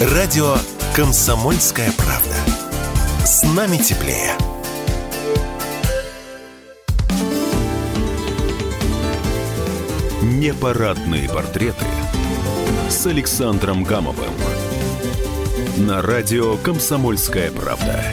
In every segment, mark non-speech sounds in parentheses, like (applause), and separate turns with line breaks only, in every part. Радио «Комсомольская правда». С нами теплее.
Непарадные портреты с Александром Гамовым на радио «Комсомольская правда».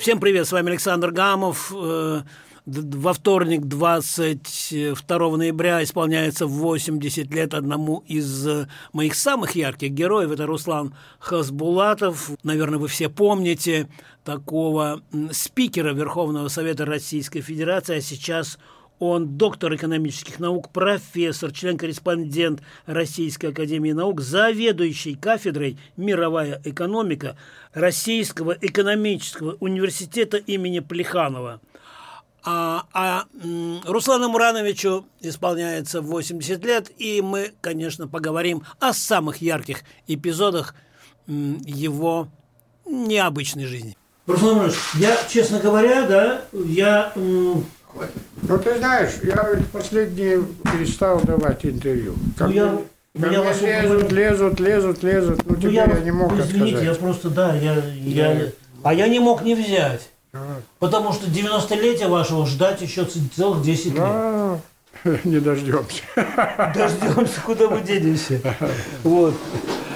Всем привет, с вами Александр Гамов. Э, д- Во вторник, 22 ноября, исполняется 80 лет одному из э, моих самых ярких героев. Это Руслан Хасбулатов. Наверное, вы все помните такого м, спикера Верховного Совета Российской Федерации, а сейчас он доктор экономических наук, профессор, член-корреспондент Российской Академии Наук, заведующий кафедрой «Мировая экономика» Российского экономического университета имени Плеханова. А, а, м, Руслану Мурановичу исполняется 80 лет, и мы, конечно, поговорим о самых ярких эпизодах м, его необычной жизни. Руслан Муранович, я, честно говоря, да, я
Ну ты знаешь, я ведь последние перестал давать интервью. Ко
Ну, я-
мне-
ну,
ко
я
мне
вас
лезут,
уважаю.
лезут, лезут, лезут. Ну теперь я,
вот,
не мог
извините, я
отказать.
просто, да, я, я- А я не мог не взять. Потому что 90-летие вашего ждать еще ц- целых 10 лет.
А, (laughs) Не дождемся.
Дождемся, куда мы денемся. Вот.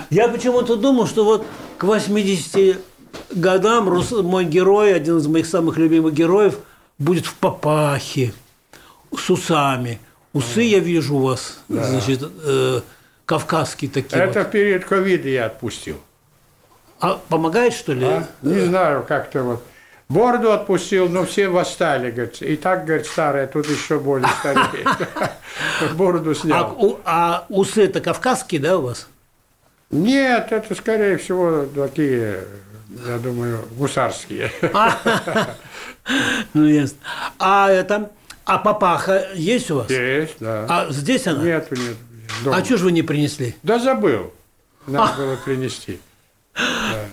Я почему-то думал, что вот к 80 годам Рус- мой герой, один из моих самых любимых героев, будет в папахе, с усами. Усы я вижу у вас, значит, э, кавказские такие. вот.
Это в период ковида я отпустил.
А помогает, что ли?
А? Не знаю, как-то вот. Бороду отпустил, но все восстали, говорит. И так, говорит, старая, тут еще более
(laughs)
старее. Бороду
А,
снял.
у- а усы это кавказские, да, у вас?
Нет, это, скорее всего, такие, я думаю, гусарские.
А, (laughs) Ну, ясно. А это, а папаха есть у вас?
Есть, да.
А здесь она?
Нету, нет. дома.
А что же вы не принесли?
Да забыл.
А.
Надо было принести.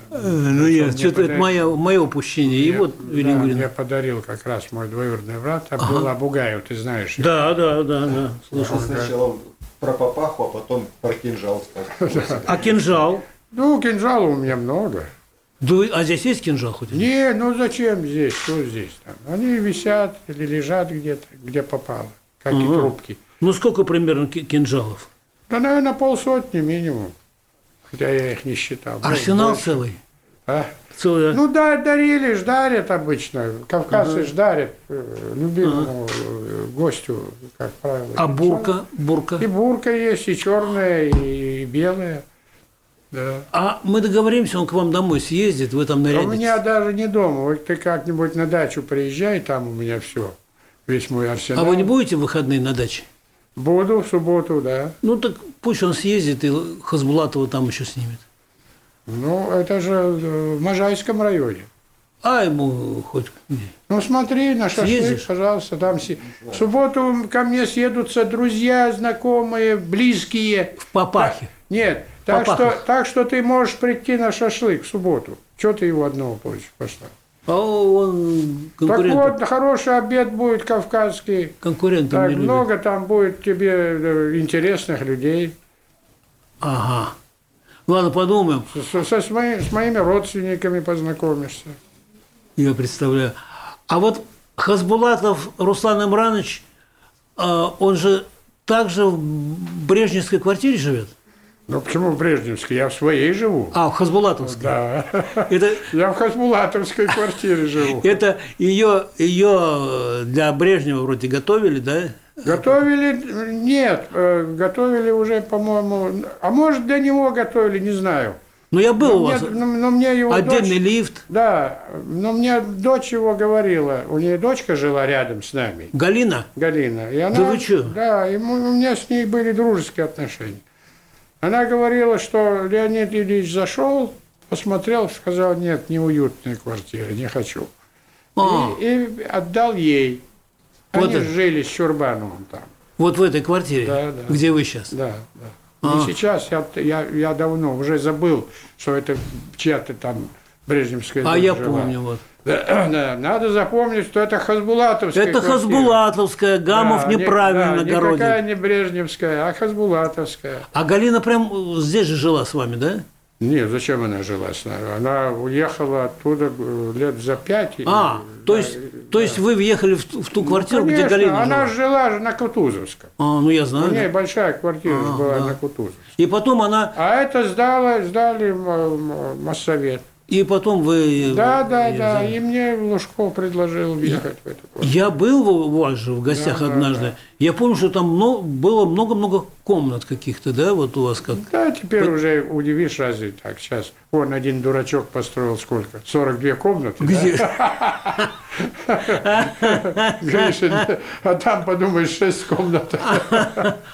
Ну, ясно. Что-то это
подарили.
мое, мое упущение. (laughs) И
Мне-
вот
да,
Велигурина.
Мне подарил как раз мой двоюродный брат Абдулла Бугаев, ты знаешь. его.
Да, да, да, да. Слушай.
Он сначала про папаху, а потом про кинжал
(laughs)
сказал.
А кинжал?
Ну, кинжала у меня много.
Да вы- А здесь есть кинжал хоть? один?
Не, ну зачем здесь, что здесь там? Они висят или лежат где-то, где попало, как и трубки.
Ну, сколько примерно ки- кинжалов?
Да, наверное, полсотни минимум. Хотя я их не считал. Может,
Арсенал
Ну, больше.
целый?
А?
Целый.
Ну да, дарили, ждарят обычно. Кавказцы ждарят э, любимому э, гостю, как правило.
а
кинжал.
бурка? Бурка?
И бурка есть, и черная, и белая. Да.
А мы договоримся, он к вам домой съездит, вы там
А у
нарядитесь.
меня даже не дома. Вот ты как-нибудь на дачу приезжай, там у меня все. Весь мой арсенал.
А вы не будете в выходные на даче?
Буду в субботу, да.
Ну, так пусть он съездит и Хазбулатова там еще снимет.
Ну, это же э, в Можайском районе.
А ему хоть... где.
Ну, смотри, на шашлык,
Съездишь?
пожалуйста, там... се- В субботу ко мне съедутся друзья, знакомые, близкие.
В папахе.
Нет, так
Папахов.
что, так что ты можешь прийти на шашлык в субботу. Чего ты его одного прочь пошла?
А он конкурентом,
Так вот, хороший обед будет кавказский.
конкурентом
Так
не любит.
много там будет тебе э, интересных людей.
Ага. Ладно, подумаем,
Со- со- со- с, мои- с моими родственниками познакомишься.
я представляю. А вот Хасбулатов Руслан Имранович, а, он же также в брежневской квартире живет?
Ну почему в Брежневске? Я в своей живу.
А, в Хасбулатовской.
Да.
Это,
Я в Хасбулатовской квартире живу.
это ее, ее для Брежнева вроде готовили, да?
Готовили? Нет, э, готовили уже, по-моему. А может, для него готовили, не знаю.
Ну, я был у
Мне-
вас.
но, но мне его
Отдельный
дочь-
лифт.
Да, но мне дочь его говорила. У нее дочка жила рядом с нами.
Галина?
Галина. И она,
Да вы чё?
Да, и мы- у меня с ней были дружеские отношения. Она говорила, что Леонид Ильич зашел, посмотрел, сказал, нет, неуютная квартира, не хочу.
А,
И, и отдал ей.
Вот
Они
это.
жили с Чурбановым там.
вот в этой квартире,
Да, да.
где вы сейчас.
Да, да.
А.
И сейчас я, я, я давно уже забыл, что это чья-то там Брежневская
А
дом
я
жила.
помню, вот.
Да, (clears throat) да, надо запомнить, что это Хазбулатовская
Это
квартира.
Хазбулатовская, Гамов
Да, не-
неправильно
да,
городит.
Никакая не Брежневская, а Хазбулатовская.
А Галина прям э, здесь же жила с вами, да?
Нет, зачем она жила с нами? Она уехала оттуда э, лет за пять. и-
А, то есть, то есть вы въехали в, ту- в ту квартиру,
Ну, Конечно,
где Галина
она
жила?
жила же на Кутузовском.
А, ну я
У
знаю.
нее
да.
большая квартира же
А,
была
да.
на Кутузовском.
И потом она,
А это сдала, сдали м- м- Моссовет.
и потом вы. э,
Да, да,
я
да.
знаю.
И мне Лужков предложил въехать в эту квартиру.
Я был у вас же в гостях
Да, да,
однажды. Я помню, что там мно- было много-много комнат каких-то, да, вот у вас как.
Да, теперь уже удивишь, разве так сейчас. Вон один дурачок построил сколько? 42 комнаты, да?
Где?
(laughs) Гришин.
(laughs)
А там, подумаешь, 6 комнат.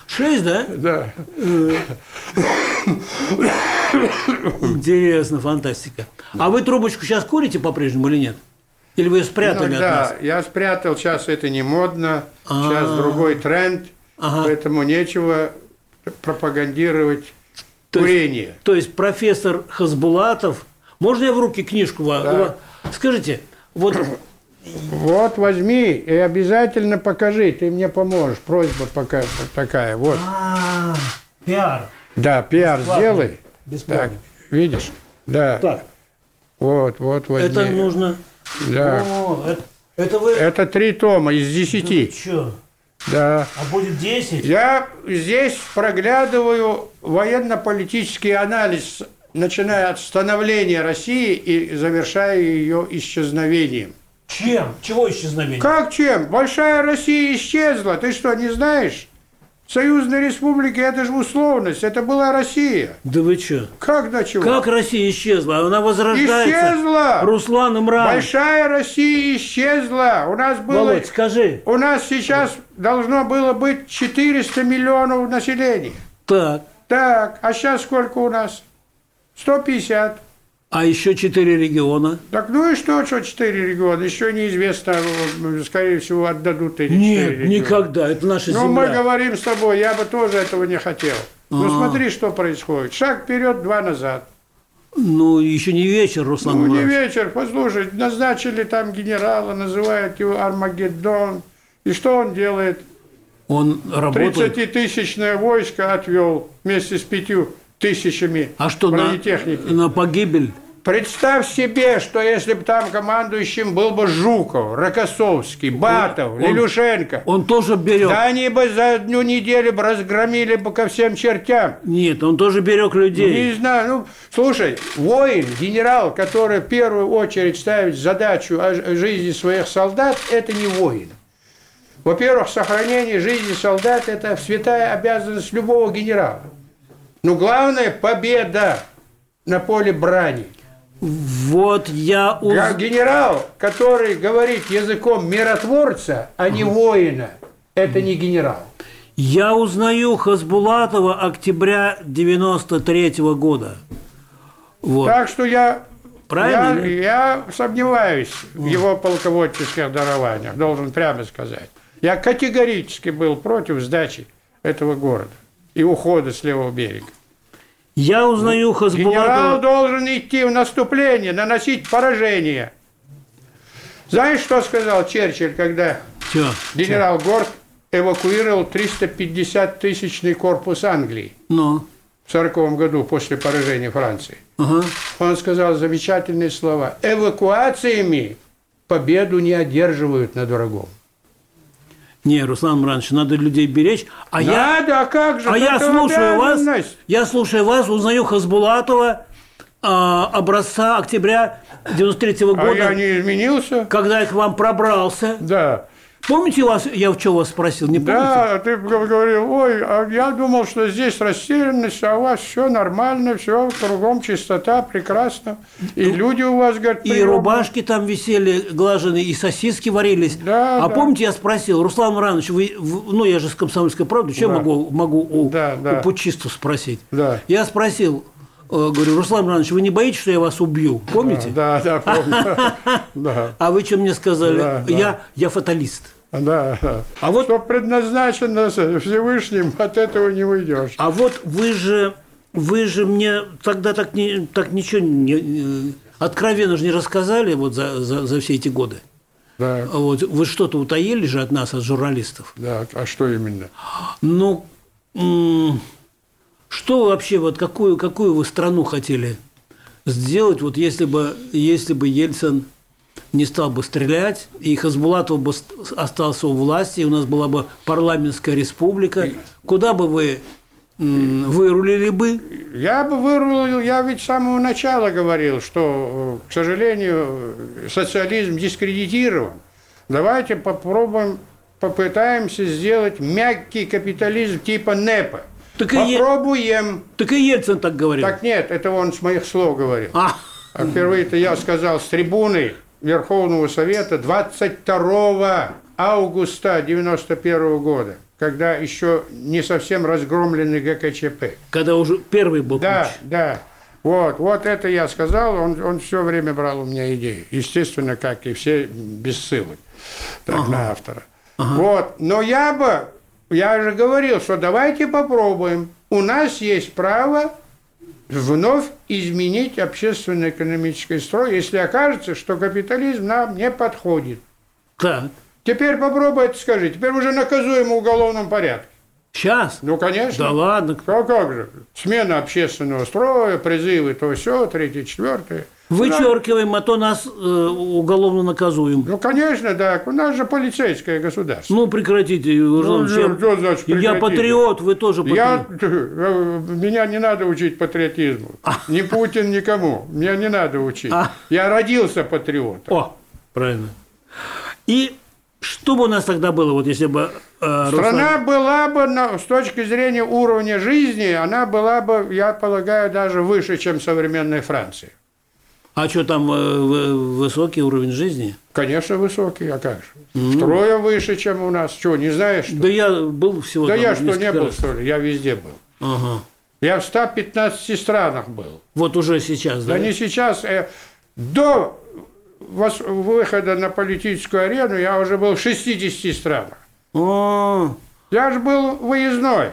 Шесть, да?
Да.
Интересно, фантастика. А вы трубочку сейчас курите по-прежнему или нет? Или вы ее спрятали
Ну,
от
да,
нас?
я спрятал, сейчас это не модно,
А.
сейчас другой тренд,
Ага.
поэтому нечего
То
пропагандировать
есть-
курение.
То есть профессор Хазбулатов... Можно я в руки книжку вам?
Да.
у вас- Скажите,
(clears throat)
вот...
Вот возьми и обязательно покажи, ты мне поможешь. Просьба пока такая. Вот.
А, Пиар.
Да, пиар сделай. Так,
Бесплатно.
видишь? Да.
Так,
Вот, вот возьми.
это нужно...
Да. Э,
О, это, это вы... Э,
Это три тома из десяти.
Чё?
Да.
А будет 10?
Я здесь проглядываю военно-политический анализ, начиная от становления России и завершая ее исчезновением.
Чем? Чего исчезновение?
Как чем? Большая Россия исчезла. Ты что, не знаешь? Союзные республики – это же условность. Это была Россия.
Да вы чё?
Как до чего?
Как Россия исчезла? Она возрождается.
Исчезла!
Руслан Имран.
Большая Россия исчезла. У нас было...
Володь, скажи.
У нас сейчас должно было быть 400 миллионов населения.
Так.
Так, а сейчас сколько у нас? 150.
А еще четыре региона.
Так ну и что, что 4 региона? Еще неизвестно, вот, скорее всего, отдадут эти четыре
Нет,
региона.
никогда. Это наша
Ну, мы
земля.
говорим с тобой, я бы тоже этого не хотел. Ну,
А.
смотри, что происходит. Шаг вперед, два назад.
Ну, еще не вечер, Руслан
Ну, не
Имран.
вечер, послушай, назначили там генерала, называют его Армагеддон. И что он делает?
Он работает.
30-тысячное войско отвел вместе с пятью тысячами
А что, на,
бронетехники.
на погибель?
Представь себе, что если бы там командующим был бы Жуков, Рокоссовский, Батов,
он-
Лилюшенко,
Он тоже берег.
да они бы за одну неделю бы разгромили бы ко всем чертям.
Нет, он тоже берег людей.
Не знаю, ну, слушай, воин, генерал, который в первую очередь ставит задачу о ж- жизни своих солдат, это не воин. Во-первых, сохранение жизни солдат – это святая обязанность любого генерала. Но главное – победа на поле брани.
Вот я уз-
Га- Генерал, который говорит языком миротворца, а не воина, это не генерал.
Я узнаю Хасбулатова октября 93 года. Вот.
Так что я,
Правильно, да?
я, я сомневаюсь в его полководческих дарованиях, должен прямо сказать. Я категорически был против сдачи этого города и ухода с левого берега.
Я узнаю
Генерал
Хасбулатова.
должен идти в наступление, наносить поражение. Знаешь, что сказал Черчилль, когда
Чё?
генерал Горд эвакуировал 350 тысячный корпус Англии
Ну.
в 1940 году после поражения Франции?
Ага.
Он сказал замечательные слова. Эвакуациями победу не одерживают на дорогом.
Не, Руслан Мранович, надо людей беречь. А я,
Надо, а как же?
а я
Это
слушаю вас,
обязанность.
я слушаю вас, узнаю Хасбулатова а, образца октября 93
А
года,
я не изменился?
когда я к вам пробрался.
Да.
Помните вас, я в чем вас спросил, не помните?
Да, ты г- говорил, ой, а я думал, что здесь растерянность, а у вас все нормально, все кругом чистота, прекрасно. И люди у вас, говорят,
Ну, И
приёмные.
рубашки там висели глаженые, и сосиски варились.
Да,
а
да.
помните, я спросил, Руслан Мранович, вы, в- ну я же с комсомольской правды, что я
Да.
могу, могу у,
Да, да.
у путчистов спросить?
Да.
Я спросил, э, говорю, Руслан Мранович, вы не боитесь, что я вас убью? Помните?
Да, да, помню.
(laughs)
Да,
А вы что мне сказали?
Да, да.
Я, я фаталист.
да. А вот что предназначено Всевышним, от этого не уйдешь.
А вот вы же, вы же мне тогда так, не, так ничего не... не- откровенно же не рассказали вот за, за, за все эти годы.
Да,
Вот, вы что-то утаили же от нас, от журналистов.
да. А что именно?
Ну, м, что вы вообще, вот какую, какую вы страну хотели сделать, вот если бы, если бы Ельцин не стал бы стрелять, и Хасбулатов бы ст- остался у власти, и у нас была бы парламентская республика, куда бы вы м, вырулили бы?
Я бы вырулил, я ведь с самого начала говорил, что, э, к сожалению, э, социализм дискредитирован. Давайте попробуем, попытаемся сделать мягкий капитализм типа НЭПа.
Так и е-
Попробуем.
Так и Ельцин так говорил.
Так нет, это он с моих слов говорил.
А,
А впервые-то я сказал с трибуны Верховного Совета 22 августа 91 года, когда еще не совсем разгромленный ГКЧП.
когда уже первый был
Да,
ключ.
да. Вот, вот это я сказал, он, он все время брал у меня идеи. Естественно, как и все, без ссылок так, на автора. Вот, но я бы, я же говорил, что давайте попробуем. У нас есть право вновь изменить общественно-экономический строй, если окажется, что капитализм нам не подходит.
Так,
Теперь попробуй это скажи. Теперь уже наказуемо в уголовном порядке.
сейчас?
Ну, конечно.
Да ладно.
Как, Ну, а как же? Смена общественного строя, призывы, то все, третье, четвертое.
Вычеркиваем, а то нас э, уголовно наказуем.
Ну, конечно, да. У нас же полицейское государство.
Ну, прекратите, Руслан,
Ну,
чем-
что значит
Я
прекратите?
патриот, вы тоже патриот.
Я, (laughs) э, меня не надо учить патриотизму. Ни Путин, никому. Меня не надо учить.
А.
Я родился патриотом.
О, правильно. И что бы у нас тогда было, вот если бы... э,
Страна
Руслан-
была бы, на- с точки зрения уровня жизни, она была бы, я полагаю, даже выше, чем современной Франции.
А что там, э, вы- высокий уровень жизни?
Конечно, высокий, а как
Ну.
же? Втрое выше, чем у нас. Чего, не знаешь, что ли?
Да я был всего
Да
там
я что, не
несколько
был,
раз.
что ли? Я везде был.
Ага.
Я в 115 странах был.
Вот уже сейчас, да?
Да не сейчас, э, до вос- выхода на политическую арену я уже был в 60 странах.
О,
Я же был выездной.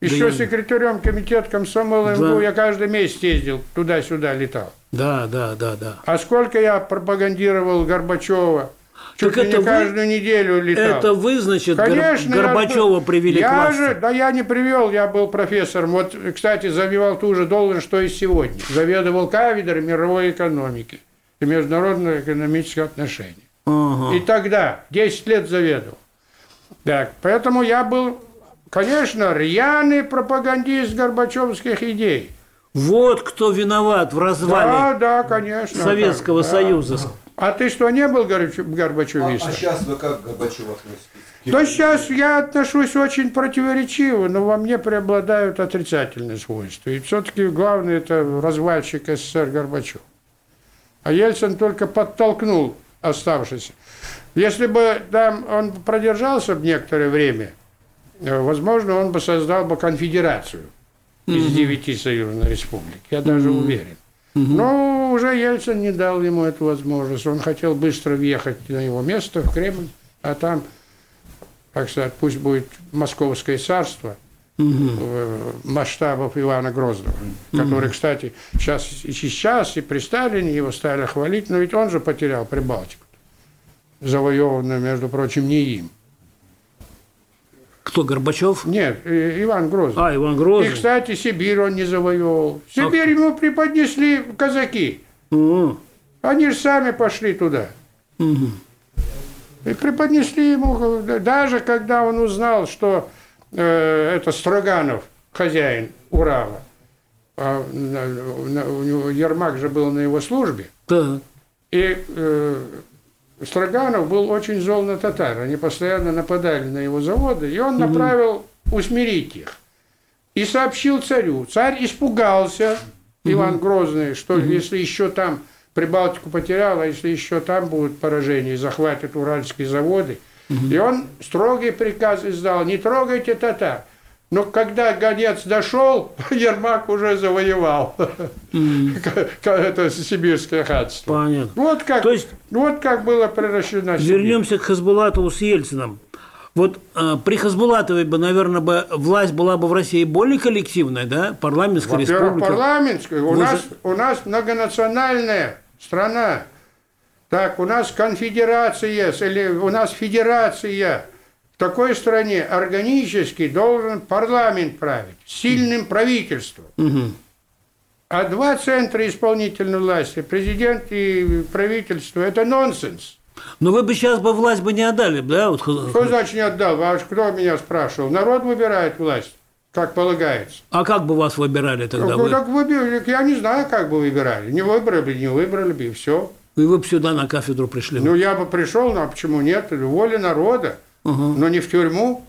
Еще
я-
секретарем комитета комсомола
Да.
МГУ я каждый месяц ездил, туда-сюда летал.
да, да, да, да.
А сколько я пропагандировал Горбачева? Чуть
Так
ли
это
не
вы-
каждую неделю летал.
Это вы, значит, Гор-
Конечно, я
Горбачева
был-
привели к
я
власти?
же, да я не привел, я был профессором. Вот, кстати, завивал ту же должность, что и сегодня. Заведовал кафедрой мировой экономики и международных экономических отношений.
Ага.
И тогда 10 лет заведовал. Так, поэтому я был, конечно, рьяный пропагандист горбачевских идей.
Вот кто виноват в
Да,
развале
да, конечно.
Советского
Да.
Союза.
А ты что, не был горбач-
А,
горбачевистом?
сейчас вы как к Горбачеву относитесь?
Да сейчас я отношусь очень противоречиво, но во мне преобладают отрицательные свойства. И все-таки главное это развальщик СССР Горбачев. А Ельцин только подтолкнул оставшийся. Если бы там он продержался бы некоторое время, э, возможно, он бы создал бы конфедерацию из девяти союзных республик. Я даже уверен. Но уже Ельцин не дал ему эту возможность. Он хотел быстро въехать на его место, в Кремль, а там так сказать, пусть будет Московское царство э, масштабов Ивана Грозного, который, кстати, сейчас и сейчас, и при Сталине его стали хвалить, но ведь он же потерял Прибалтику, завоеванную, между прочим, не им.
Кто, Горбачев?
Нет, э, Иван Грозный.
А, Иван
И,
Грозный. А.
кстати, Сибирь он не завоевал. Сибирь ему преподнесли казаки.
М,
Они же сами пошли туда.
мгм.
И преподнесли ему, даже когда он узнал, что э, это Строганов, хозяин Урала, а, на- на- у него Ермак же был на его службе,
Так.
и э, Строганов был очень зол на татар, они постоянно нападали на его заводы, и он направил усмирить их. И сообщил царю. Царь испугался, Иван Грозный, что если еще там Прибалтику потерял, а если еще там будут поражения и захватят уральские заводы. И он строгий приказ издал, не трогайте татар. Но когда гонец дошел, (laughs) Ермак уже завоевал (laughs) это сибирское ханство.
Понятно.
Ну, Вот как, ну,
То есть-
вот как было превращено Сибирь.
Вернемся к Хасбулатову с Ельцином. Вот э, при Хасбулатове бы, наверное, бы власть была бы в России более коллективная, да? Парламентская
Во-первых,
республика.
парламентская. У
Вы
нас,
же-
у нас многонациональная страна. Так, у нас конфедерация, с- или у нас федерация. В такой стране органически должен парламент править, сильным правительством. А два центра исполнительной власти, президент и правительство, это нонсенс.
Но вы бы сейчас бы власть бы не отдали, да? Вот,
Что значит не отдал? А кто меня спрашивал? Народ выбирает власть, как полагается.
а как бы вас выбирали тогда?
ну,
Вы,
так выбирали, я не знаю, как бы выбирали. Не выбрали бы, не выбрали бы, и все.
и вы бы сюда на кафедру пришли. бы.
Ну, я бы пришел, ну, а почему нет? Воля народа, но не в тюрьму.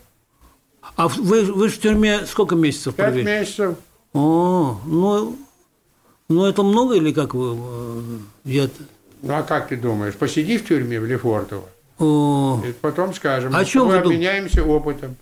а в- вы, вы ж в тюрьме сколько месяцев
Пять
провели?
месяцев.
О, А, ну, ну это много или как вы? э, Я,
Ну, а как ты думаешь, посиди в тюрьме в Лефортово,
о,
и потом скажем,
А О чем
мы
вы дум-
обменяемся опытом.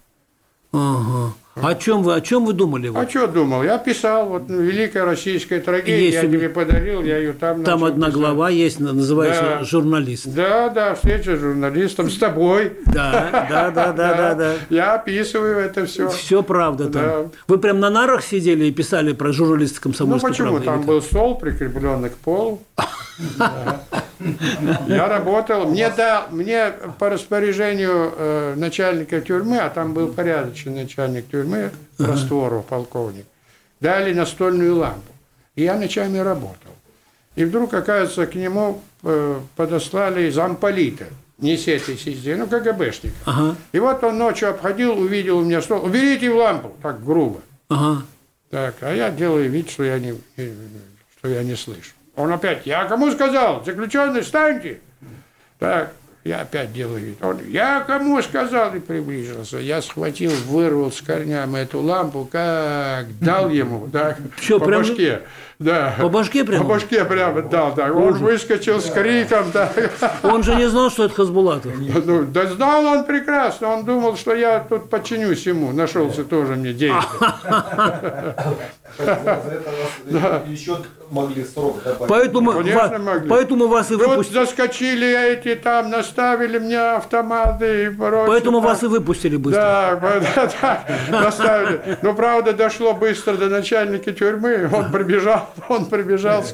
ага. О чем вы, о чем вы думали? вы?
А что думал? Я писал, вот ну, великая российская трагедия,
Есть
я
у меня-
тебе подарил, я ее там
Там
начал
одна
писать.
глава есть, на- называется
Да.
«Журналист».
Да, да, встреча с журналистом, с тобой.
Да, да, да, да, да, да.
Я описываю это все.
Все правда там.
Да.
Вы прям на нарах сидели и писали про журналиста
Ну
комсомольской
почему?
правды» или
Там
как?
был стол, прикрепленный к полу. Да. Я работал. Мне дал, мне по распоряжению э, начальника тюрьмы, а там был порядочный начальник тюрьмы, Растворов, полковник, дали настольную лампу. И я ночами работал. И вдруг, оказывается, к нему э, подослали замполита, не сети сидя, ну, КГБшника.
Ага,
И вот он ночью обходил, увидел у меня стол. Уберите в лампу, так грубо.
ага.
Так, а я делаю вид, что я не, э, что я не слышу. Он опять, я кому сказал? Заключенный, встаньте! Так, я опять делаю вид. Он, я кому сказал? И приближился. Я схватил, вырвал с корнями эту лампу, как
(laughs)
дал ему, так,
Чё,
по
прям-
башке. Да.
По башке прямо?
По башке прямо дал, так. Он выскочил с криком, так.
Он же не знал, что это Хасбулатов.
(laughs) Ну, да знал он прекрасно, он думал, что я тут подчинюсь ему, нашелся тоже
(laughs)
мне деятель.
За это вас э, еще могли срок добавить.
Поэтому,
Конечно,
ва-
могли. Ну,
поэтому вас и
Тут
выпустили.
заскочили эти там, наставили мне автоматы и прочее.
Поэтому
Так,
вас и выпустили быстро.
да, да, да, наставили. Но правда дошло быстро до начальника тюрьмы. Он прибежал, он прибежал,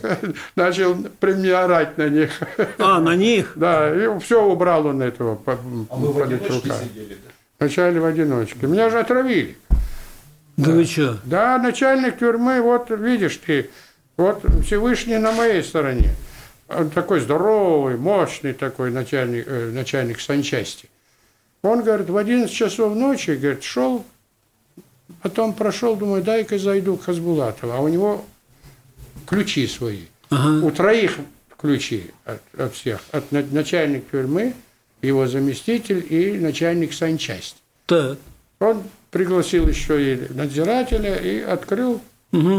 начал при мне орать на них.
А, на них.
Да, и все убрал он этого по-
А вы в одиночке
политрука.
сидели? да?
Вначале в одиночке. Меня же отравили.
Да вы что?
Да, начальник тюрьмы, вот видишь ты, вот Всевышний на моей стороне. Он такой здоровый, мощный такой начальник, э, начальник санчасти. Он, говорит, в 11 часов ночи, говорит, шел, потом прошел, думаю, дай-ка зайду к Хасбулатову. А у него ключи свои. У троих ключи от, от всех. От на- начальник тюрьмы, его заместитель и начальник санчасти.
Так.
Он пригласил еще и надзирателя и открыл,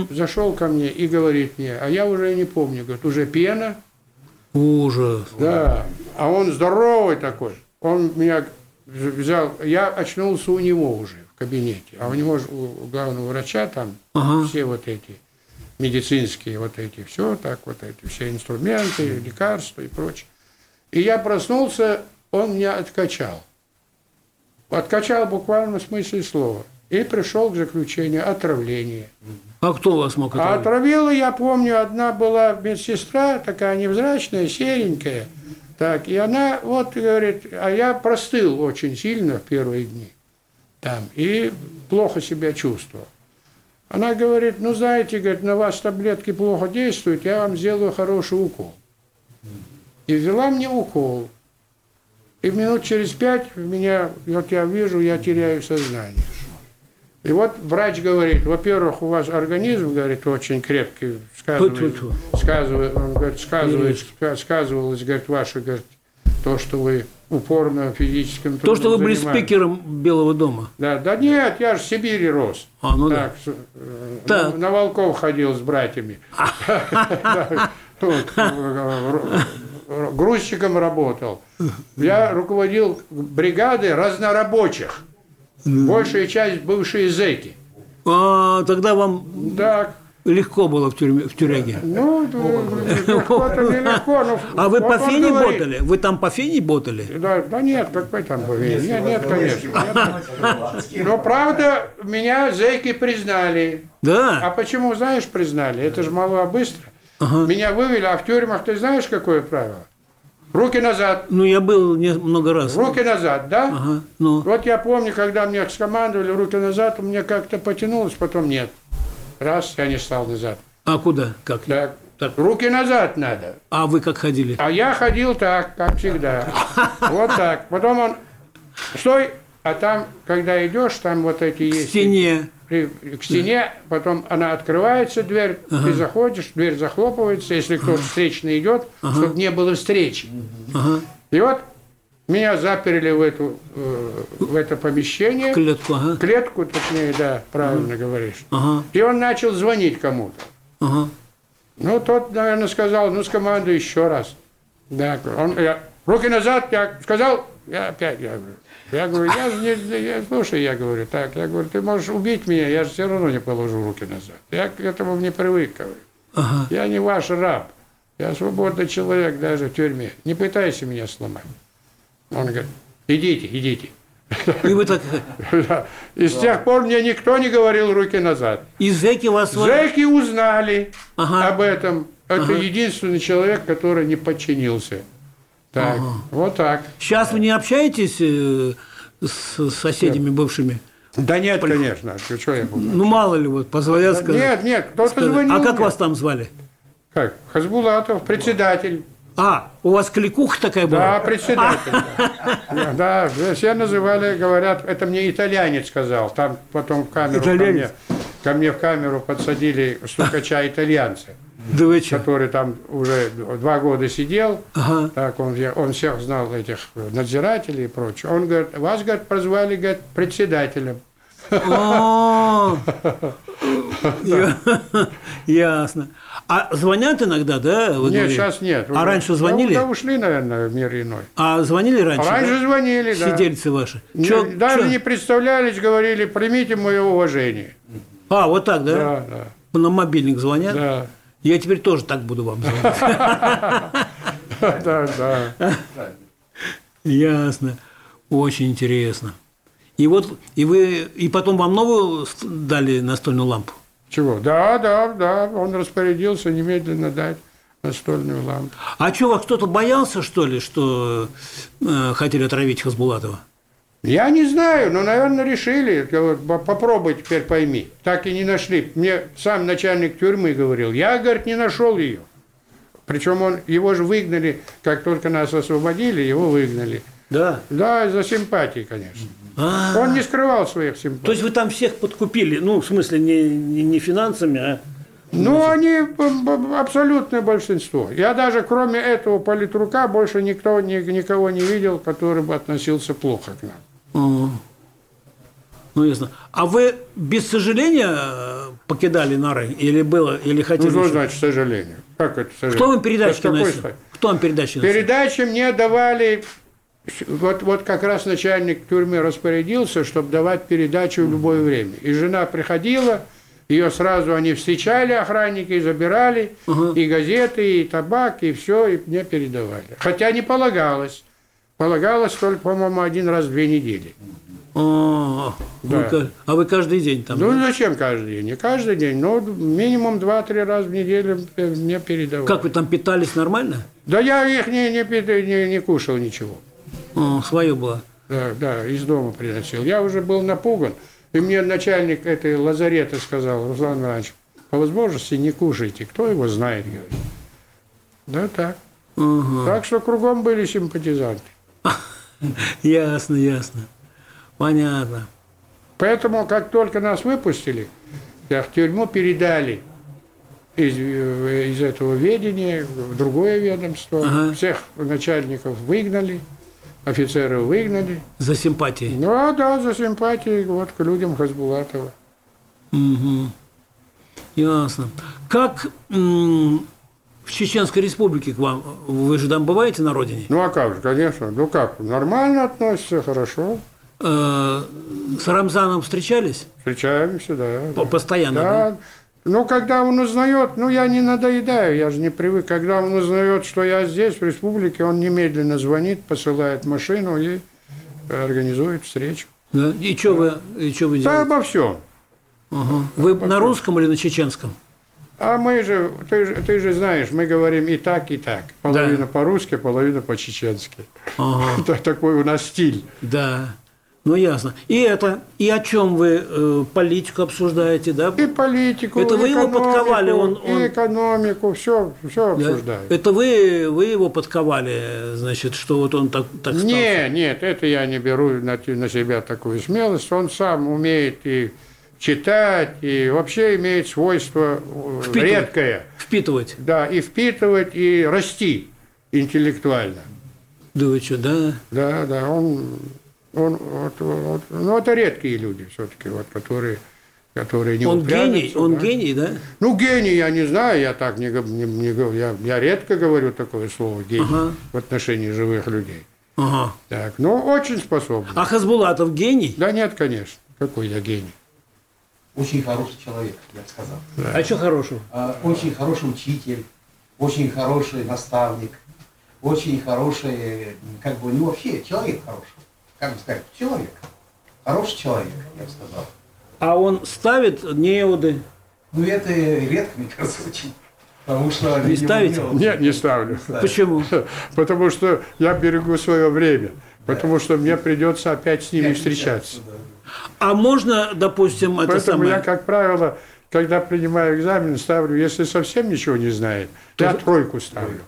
зашел ко мне и говорит мне, а я уже и не помню, говорит, уже пена,
Ужас.
да, а он здоровый такой, он меня взял, я очнулся у него уже в кабинете, а у него ж- у главного врача там
Ага.
все вот эти медицинские вот эти все, так вот эти все инструменты, лекарства и прочее. И я проснулся, он меня откачал. Откачал буквально в смысле слова. И пришел к заключению отравление.
А кто вас мог
А
отравить?
отравила, я помню, одна была медсестра, такая невзрачная, серенькая. Так, и она вот говорит, а я простыл очень сильно в первые дни там и плохо себя чувствовал. Она говорит, ну знаете, говорит, на вас таблетки плохо действуют, я вам сделаю хороший укол. И взяла мне укол. И минут через пять в меня, вот я вижу, я теряю сознание. И вот врач говорит, во-первых, у вас организм, говорит, очень крепкий, сказывает,
Тьфу-тьфу-тьфу.
сказывает, он говорит, сказывает, ска- сказывалось, говорит, ваше, говорит, то, что вы упорно физическим
То, что вы
трудом
были
занимаетесь».
спикером Белого дома.
Да, да нет, я же в Сибири рос.
А, ну да.
так, с- э,
Так. А.
На, на волков ходил с братьями.
(laughs)
Да, вот, э, э, ру- Грузчиком работал. Я руководил бригадой разнорабочих. Большая часть бывшие зэки.
А, тогда вам
Так,
легко было в, тюрьме, в тюряге.
ну, легко-то нелегко. но
А вы
вот
по
он
фене
говорит.
ботали? Вы там по фене ботали?
Да, да нет, как вы там говорили. Нет, нет, конечно. нет. Но правда, меня зэки признали. А
Да.
почему, знаешь, признали? Это же мало, а быстро. Меня вывели, а в тюрьмах ты знаешь, какое правило? Руки назад,
Ну, я был не- много раз.
руки назад, да?
Ага, ну.
Вот я помню, когда мне скомандовали руки назад, у меня как-то потянулось, потом нет. Раз, я не стал назад.
А куда? Как?
Так.
Так.
Руки назад надо.
А вы как ходили?
А я ходил так, как всегда.
(laughs)
Вот так. Потом он... Стой! А там, когда идешь, там вот эти
К
есть...
стене.
при- к стене, потом она открывается, дверь, ты заходишь, дверь захлопывается, если кто-то встречный идет, чтобы не было встречи.
Ага.
И вот меня заперли в, эту, э, в это помещение,
В клетку, ага.
клетку, точнее, да, правильно говоришь.
Ага,
И он начал звонить кому-то.
ага.
Ну, тот, наверное, сказал, ну, с командой еще раз. Да, он, я, руки назад, я сказал, я опять, я говорю. Я говорю, я, же не- я- слушай, я говорю, так, я говорю, ты можешь убить меня, я же все равно не положу руки назад. Я к этому не привык, говорю.
Ага.
Я не ваш раб, я свободный человек даже в тюрьме. Не пытайся меня сломать. Он говорит, идите, идите. (laughs)
И вы так...
Да. И с тех пор мне никто не говорил руки назад.
И зэки вас...
Зэки узнали
Ага.
об этом. Это единственный человек, который не подчинился. Так, вот так.
Сейчас вы не общаетесь э, с соседями бывшими?
Да нет, конечно. Что что я буду?
Ну, мало ли, вот, позволя сказать.
Нет, нет, кто-то
Сказать.
звонил.
А как
мне.
вас там звали?
Как? Хазбулатов, председатель.
А, у вас кликуха такая
Да,
была?
председатель. да. Да, да, все называли, говорят, это мне итальянец сказал. Там потом в камеру ко мне,
Итальянец?
ко мне в камеру подсадили стукача итальянца.
Да вы чё?
который там уже два года сидел,
Ага.
так он, я- он всех знал этих надзирателей и прочее. Он говорит, вас, говорит, прозвали, говорит, председателем.
О, А, я- Ясно. А звонят иногда, да? вы
Нет,
говорили?
сейчас нет.
А раньше звонили?
Да, ушли, наверное, в мир иной.
А звонили
А
раньше?
раньше
да?
звонили, да.
Сидельцы ваши.
Не-
Чё-
даже
чё?
не представлялись, говорили, примите мое уважение.
А, вот так, да?
Да, да,
На мобильник звонят? (laughs)
да.
Я теперь тоже так буду вам
(laughs)
звонить.
Да, да.
Ясно. Очень интересно. И вот, и вы, и потом вам новую ст- дали настольную лампу?
Чего? Да, да, да. Он распорядился немедленно дать настольную лампу.
А что, вас кто-то боялся, что ли, что э, хотели отравить Хасбулатова?
Я не знаю, но, наверное, решили. Говорят, «По- Попробуй теперь пойми. Так и не нашли. Мне сам начальник тюрьмы говорил, я, говорит, не нашел ее. Причем он, его же выгнали, как только нас освободили, его выгнали.
Да.
Да, за симпатии, конечно.
А,
Он не скрывал своих
То
симпатий.
есть вы там всех подкупили, ну, в смысле, не, не, не финансами, а...
Но Ну, они б- б- абсолютное большинство. Я даже кроме этого политрука больше никто ни- никого не видел, который бы относился плохо к нам.
О. Ну, ясно. А вы без сожаления э, покидали нары? Или было, или хотели...
Ну, что
еще?
значит, к сожалению. Как это, к
Кто
сожалению?
вам передачки
Какой
носил?
стать?
Кто вам передачи носил?
Передачи мне давали, вот, вот как раз начальник тюрьмы распорядился, чтобы давать передачу в любое время. И жена приходила, ее сразу они встречали, охранники, и забирали, и газеты, и табак, и все, и мне передавали. Хотя не полагалось. Полагалось только, по-моему, один раз в две недели.
О, вы
Да.
ка- а вы каждый день там?
Ну, зачем каждый день? Не каждый день, но минимум 2-3 раза в неделю э, мне передавали.
Как вы там питались нормально?
Да я их не, не, пи- не, не кушал ничего.
О, свое было.
Да, да, из дома приносил. Я уже был напуган. И мне начальник этой лазарета сказал, Руслан Иванович, по возможности не кушайте. Кто его знает, говорит. Да, так.
Ага.
Так что кругом были симпатизанты.
Ясно, ясно. Понятно.
Поэтому, как только нас выпустили, я в тюрьму передали из, э, из этого ведения в другое ведомство.
Ага.
Всех начальников выгнали, офицеров выгнали.
За симпатии.
Ну, а да, за симпатии вот к людям Хасбулатова.
Мгм. Ясно. Как м, в Чеченской республике к вам? Вы же там бываете на родине?
Ну а как же, конечно. Ну как, нормально относятся, хорошо.
Э, с Рамзаном встречались?
Встречаемся, да.
По- Постоянно, да?
Да. Ну, когда он узнает, ну, я не надоедаю, я же не привык. Когда он узнает, что я здесь, в республике, он немедленно звонит, посылает машину и э, организует встречу.
Да. И что вы, и чё вы
Да,
делаете?
обо всем.
Ага. Вы на русском или на чеченском?
А мы же, ты, же- ты же знаешь, мы говорим и так, и так. Половина по-русски, половина по-чеченски. (laughs)
Ага.
Это такой у нас стиль.
Да. Ну ясно. И это, и о чем вы э, политику обсуждаете, да?
И политику,
Это
и
вы его
экономику,
подковали, он- он-
и экономику, все, все
Да?
обсуждают.
Это вы, вы его подковали, значит, что вот он так, так стал?
Не, нет, это я не беру на, те- на себя такую смелость. Он сам умеет и читать, и вообще имеет свойство э,
Впитывать.
редкое.
впитывать.
Да, и впитывать, и расти интеллектуально.
Да вы что, да?
Да, да, он, он вот, вот, ну это редкие люди все-таки, вот, которые, которые не
Он
упрямятся,
гений, он
да.
гений, да?
Ну, гений я не знаю, я так не, гов- не, не гов- я, я редко говорю такое слово гений
Ага.
в отношении живых людей.
Ага.
Так, ну, очень способный.
А Хасбулатов гений?
Да нет, конечно, какой я гений.
Очень хороший человек, я бы сказал.
А что хорошего?
А, Очень хороший учитель, очень хороший наставник, очень хороший, э, как бы, ну вообще человек хороший. Как бы сказать, человек. Хороший человек, я бы сказал.
А он ставит неуды.
Ну это редко, мне кажется, очень. Потому что...
Не
видимо,
ставите?
он-
Нет, не ставлю. (laughs)
Почему?
Потому что я берегу свое время. Потому что мне придется опять с ними встречаться.
А можно, допустим, это
Поэтому
самое...
я, как правило, когда принимаю экзамен, ставлю, если совсем ничего не знает, я тройку ставлю.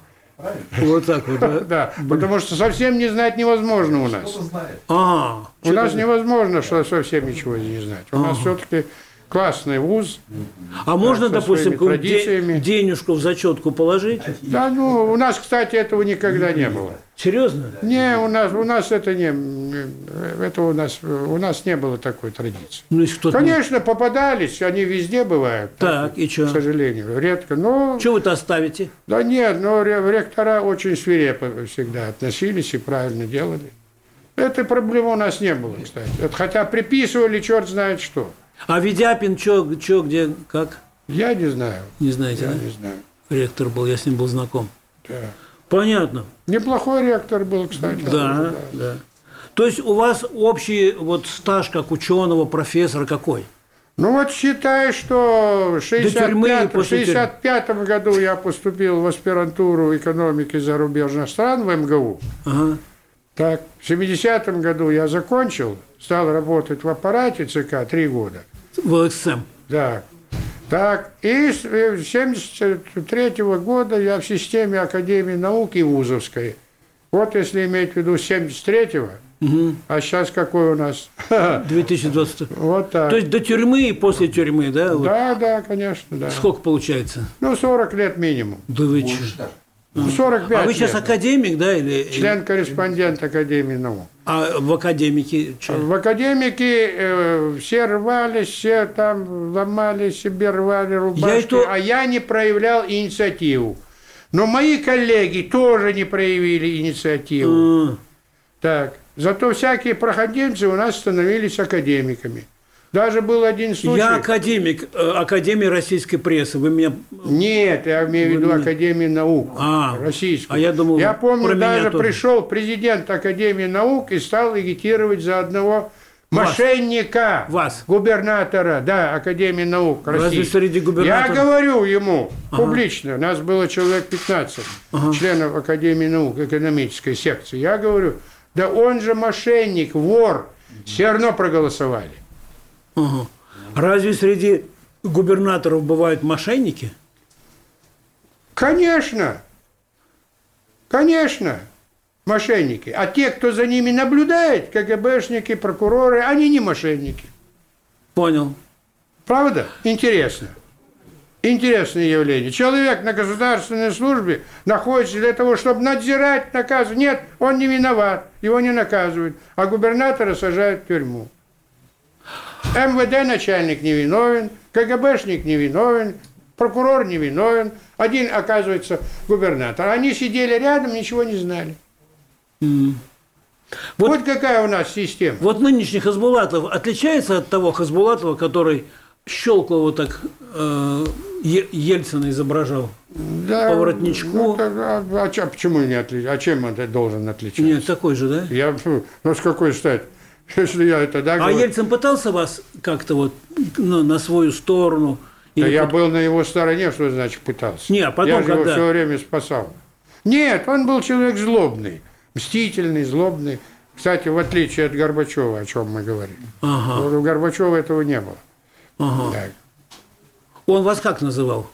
Вот так вот, да?
Да, потому что совсем не знать невозможно у нас.
Кто знает.
А,
У нас невозможно, что совсем ничего не знать. У нас все-таки классный вуз.
а можно,
со
допустим,
своими
какую-нибудь де-
традициями.
денежку в зачетку положить?
Да, ну, у нас, кстати, этого никогда не было.
Серьезно?
Не, у нас, у нас это не, это у нас, у нас не было такой традиции.
Ну, если кто-то...
Конечно, попадались, они везде бывают.
Так, и
К
что?
сожалению, редко. Но
Что вы-то оставите?
да нет, но ре- ректора очень свирепо всегда относились и правильно делали. Этой проблемы у нас не было, кстати. Это хотя приписывали черт знает что.
А Ведяпин что, чё, где, как?
Я не знаю.
Не знаете,
Я
да?
не знаю.
Ректор был, я с ним был знаком.
Да.
Понятно.
Неплохой ректор был, кстати.
Да, да. То есть у вас общий вот стаж как ученого, профессора какой?
Ну вот считай, что в
тюрьмы и
65 в
после тюрьмы.
65 году я поступил в аспирантуру экономики зарубежных стран в МГУ.
Ага.
Так, в 70 году я закончил, стал работать в аппарате ЦК три года.
В ЛХСМ.
Да. Так, и с 73 года я в системе Академии науки Вузовской. Вот если иметь в виду 73-го, а сейчас какой у нас? (laughs)
2020.
Вот так.
То есть до тюрьмы и после тюрьмы, да? вот?
Да, да, конечно, да.
Сколько получается?
Ну, 40 лет минимум.
Да вы чё?
Больше даже.
Ну, 45
А вы сейчас
лет.
академик, да? Или...
Член-корреспондент Академии наук.
А в академике чё?
В академике э, все рвались, все там ломали себе, рвали рубашки,
Я это-
а я не проявлял инициативу. Но мои коллеги тоже не проявили инициативу.
А,
Так, зато всякие проходимцы у нас становились академиками. Даже был один случай.
Я академик э, Академии российской прессы. Вы меня...
Нет, я имею в виду Академию наук
А,
российскую.
а я думал,
я помню,
про меня
даже
тоже.
пришел президент Академии наук и стал агитировать за одного мошенника,
Вас.
губернатора, да, Академии наук
Разве
России.
среди губернаторов?
Я говорю ему публично, нас было человек 15 членов Академии наук экономической секции. Я говорю, да он же мошенник, вор, все равно проголосовали.
Ага. Разве среди губернаторов бывают мошенники?
Конечно. Конечно. Мошенники. А те, кто за ними наблюдает, КГБшники, прокуроры, они не мошенники.
Понял.
Правда? Интересно. Интересное явление. Человек на государственной службе находится для того, чтобы надзирать, наказывать. Нет, он не виноват, его не наказывают. А губернатора сажают в тюрьму. МВД начальник не виновен, КГБшник не виновен, прокурор не виновен. Один, оказывается, губернатор. Они сидели рядом, ничего не знали.
Вот-
Вот, какая у нас система.
Вот нынешний Хасбулатов отличается от того Хасбулатова, который щелкал вот так э, Е- Ельцина изображал?
Да,
По воротничку.
ну, так, а, а чё- почему не отли- А чем он должен отличаться?
Нет, такой же, да?
Я, фу, ну с какой стати? (laughs) Если я это да,
А
говорю.
Ельцин пытался вас как-то вот на, на ну, свою сторону
Да
Или
я
пыт-
был на его стороне, что значит пытался.
Не, а потом,
я же его
когда-
все время спасал. Нет, он был человек злобный, мстительный, злобный. Кстати, в отличие от Горбачева, о чем мы говорили.
Ага,
У Горбачева этого не было.
ага.
Да.
Он вас как называл?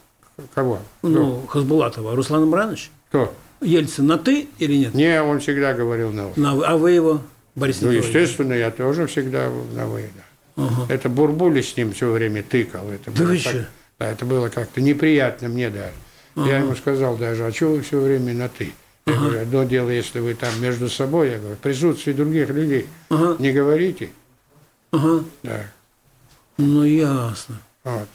Кого?
Ну, Хасбулатова. Руслан Имранович?
Кто?
Ельцин на «ты» или нет?
Не, он всегда говорил на «вы».
На «вы». а вы его, Борис
Ну,
Николаевич?
естественно, я тоже всегда был на «вы». да. Это Бурбули с ним все время тыкал. Это
Да
было
вы
так-
чё?
да, это было как-то неприятно мне даже. Я ему сказал даже, а чего вы все время на «ты»? Я говорю, одно дело, если вы там между собой, я говорю, в присутствии других людей
Ага.
не говорите.
Ага.
Да.
Ну, ясно.
Вот.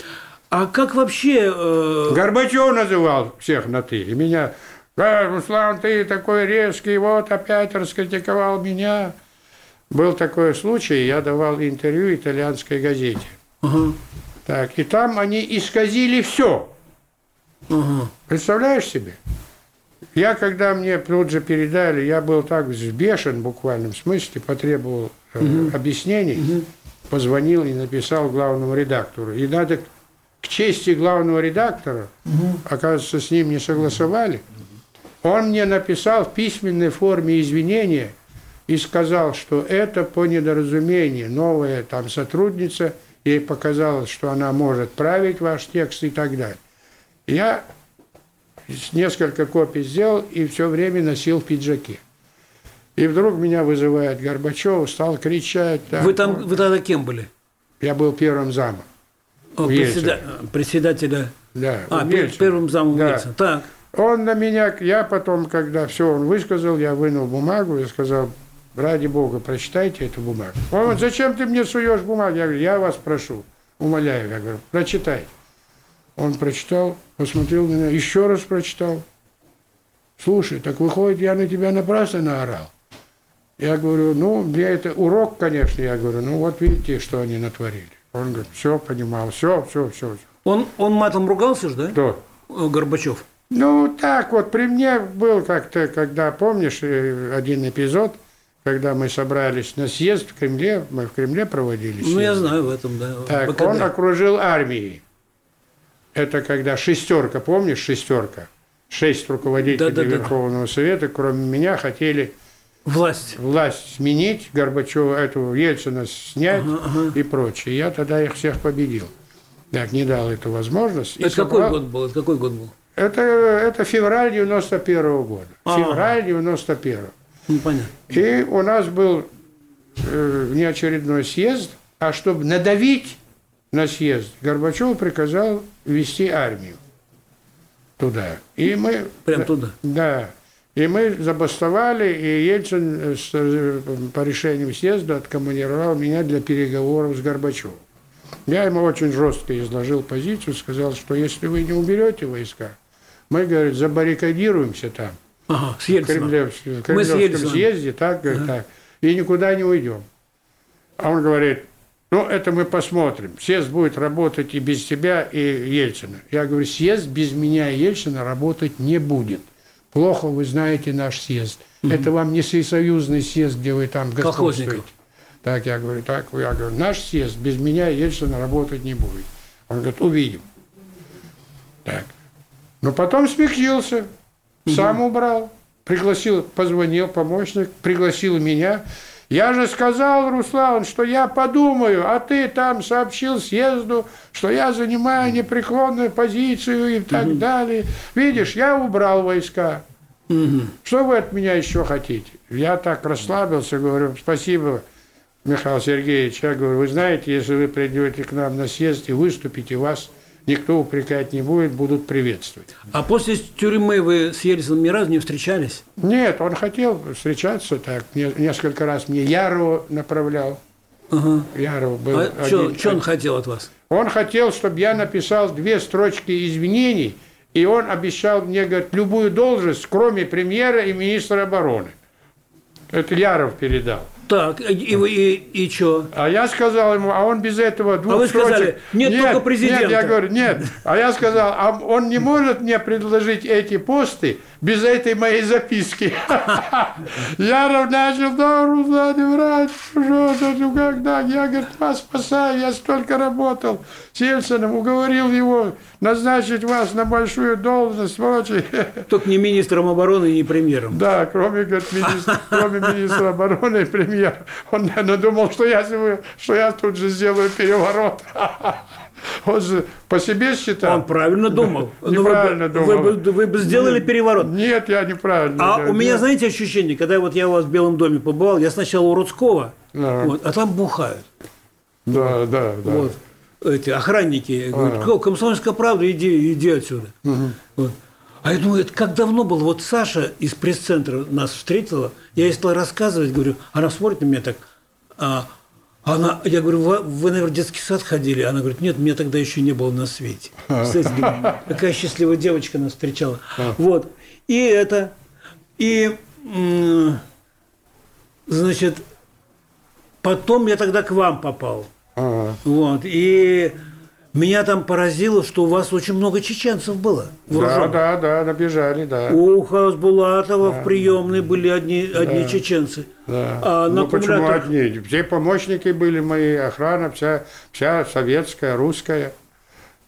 А как вообще... э,
Горбачев называл всех на «ты», и меня... «Да, Руслан, ты такой резкий, вот опять раскритиковал меня. Был такой случай, я давал интервью итальянской газете.
ага,
Так, и там они исказили все.
ага.
Представляешь себе? Я, когда мне тут же передали, я был так взбешен в буквальном смысле, потребовал э, объяснений, позвонил и написал главному редактору. И надо к- к чести главного редактора, оказывается, с ним не согласовали, он мне написал в письменной форме извинения и сказал, что это по недоразумению. Новая там сотрудница, ей показалось, что она может править ваш текст и так далее. Я с- несколько копий сделал и все время носил в пиджаке. И вдруг меня вызывает Горбачев, стал кричать. там.
Вы там, вы тогда кем были?
Я был первым замом.
О,
У
председа- Председателя...
Да,
А,
у
пер-
Ельцина.
первым замом
Да.
Ельцина. Так.
Он на меня, я потом, когда все он высказал, я вынул бумагу и сказал, ради бога, прочитайте эту бумагу. Он говорит, зачем ты мне суешь бумагу? Я говорю, я вас прошу, умоляю, я говорю, прочитайте. Он прочитал, посмотрел на меня, еще раз прочитал. Слушай, так выходит, я на тебя напрасно наорал. Я говорю, ну, мне это урок, конечно, я говорю, ну вот видите, что они натворили. Он говорит, все, понимал, все, все, все.
Он, он матом ругался же, да?
Кто?
Э, Горбачев.
Ну, так вот, при мне был как-то, когда, помнишь, э, один эпизод, когда мы собрались на съезд в Кремле, мы в Кремле проводили
Ну, я
съезд.
знаю в этом, да.
Так,
БКД.
он окружил армией. Это когда шестерка, помнишь, шестерка? Шесть руководителей
Да-да-да.
Верховного Совета, кроме меня, хотели
Власть.
власть сменить, Горбачева, этого Ельцина снять и прочее. Я тогда их всех победил. Так, не дал эту возможность. и
Это какой
собрал-
год был? Это какой год был?
это, это февраль 91 года.
Ага.
Февраль 91
Ну, понятно.
И у нас был э, внеочередной съезд, а чтобы надавить на съезд, Горбачев приказал вести армию туда. И мы...
Прям туда.
Да. И мы забастовали, и Ельцин э, с- э, по решению съезда откомандировал меня для переговоров с Горбачевым. Я ему очень жестко изложил позицию, сказал, что если вы не уберете войска, мы, говорит, забаррикадируемся там,
Ага, с
в,
Ельцином.
Кремле, в Кремлевском
Ельцином.
съезде, так, говорит, так, и никуда не уйдем. А он говорит, ну, это мы посмотрим. Съезд будет работать и без тебя, и Ельцина. Я говорю, съезд без меня и Ельцина работать не будет. Плохо вы знаете наш съезд. Это вам не союзный съезд, где вы там
Колхозников.
господствуете. Так, я говорю, так, я говорю, наш съезд без меня и Ельцина работать не будет. Он говорит, увидим. Так. Но потом смягчился, сам убрал, пригласил, позвонил помощник, пригласил меня. Я же сказал, Руслан, что я подумаю, а ты там сообщил съезду, что я занимаю непреклонную позицию и так далее. Видишь, я убрал войска. Что вы от меня еще хотите? Я так расслабился, говорю, спасибо, Михаил Сергеевич. Я говорю, вы знаете, если вы придете к нам на съезд и выступите, вас никто упрекать не будет, будут приветствовать.
А после тюрьмы вы с Ельцином ни разу не встречались?
Нет, он хотел встречаться так. не- Несколько раз мне Ярова направлял.
Ага.
Яров был
А что
один-
он хотел от вас?
Он хотел, чтобы я написал две строчки извинений, и он обещал мне, говорит, любую должность, кроме премьера и министра обороны. Это Яров передал.
Так, и, и, вы- и, и что?
А я сказал ему, а он без этого двух
А вы
строчек-
сказали, «Нет, только президента».
Нет, я говорю, нет. А я сказал, а он не может мне предложить эти посты без этой моей записки. (laughs) Яров начал, да, Руслан врач, что это, когда? Я, говорит, вас спасаю, я столько работал с Ельциным, уговорил его назначить вас на большую должность, прочее. (laughs)
Только не министром обороны, не премьером.
Да, кроме,
(laughs)
говорит, министра, кроме министра обороны и премьер. Он, наверное, думал, что я, сделаю- что я тут же сделаю переворот. (laughs) Он же по себе считал.
Он правильно думал. Но
(laughs) Неправильно
вы, бы- вы
думал.
бы- вы бы сделали переворот.
Нет, я неправильно.
А
да,
у меня,
нет.
знаете, ощущение, когда вот я у вас в Белом доме побывал, я сначала у Рудского,
Да.
вот, а там бухают.
Да, да, да.
Вот, эти охранники говорят, «Ко- комсомольская правда, иди, иди отсюда. Вот. А я думаю, это как давно было. Вот Саша из пресс-центра нас встретила, я ей стал рассказывать, говорю, она смотрит на меня так, а, она, я говорю, вы, вы, наверное, в детский сад ходили? Она говорит, нет, меня тогда еще не было на свете. Представляете, думаю, какая счастливая девочка нас встречала. Вот. И это, и, м, значит, потом я тогда к вам попал.
Ага.
Вот. И меня там поразило, что у вас очень много чеченцев было.
Да,
вооружённых.
да, да, набежали, да.
У Хасбулатова в приемной были одни, одни чеченцы.
Да.
А на
ну почему
аккумуляторах-
одни? Все помощники были мои, охрана вся, вся советская, русская.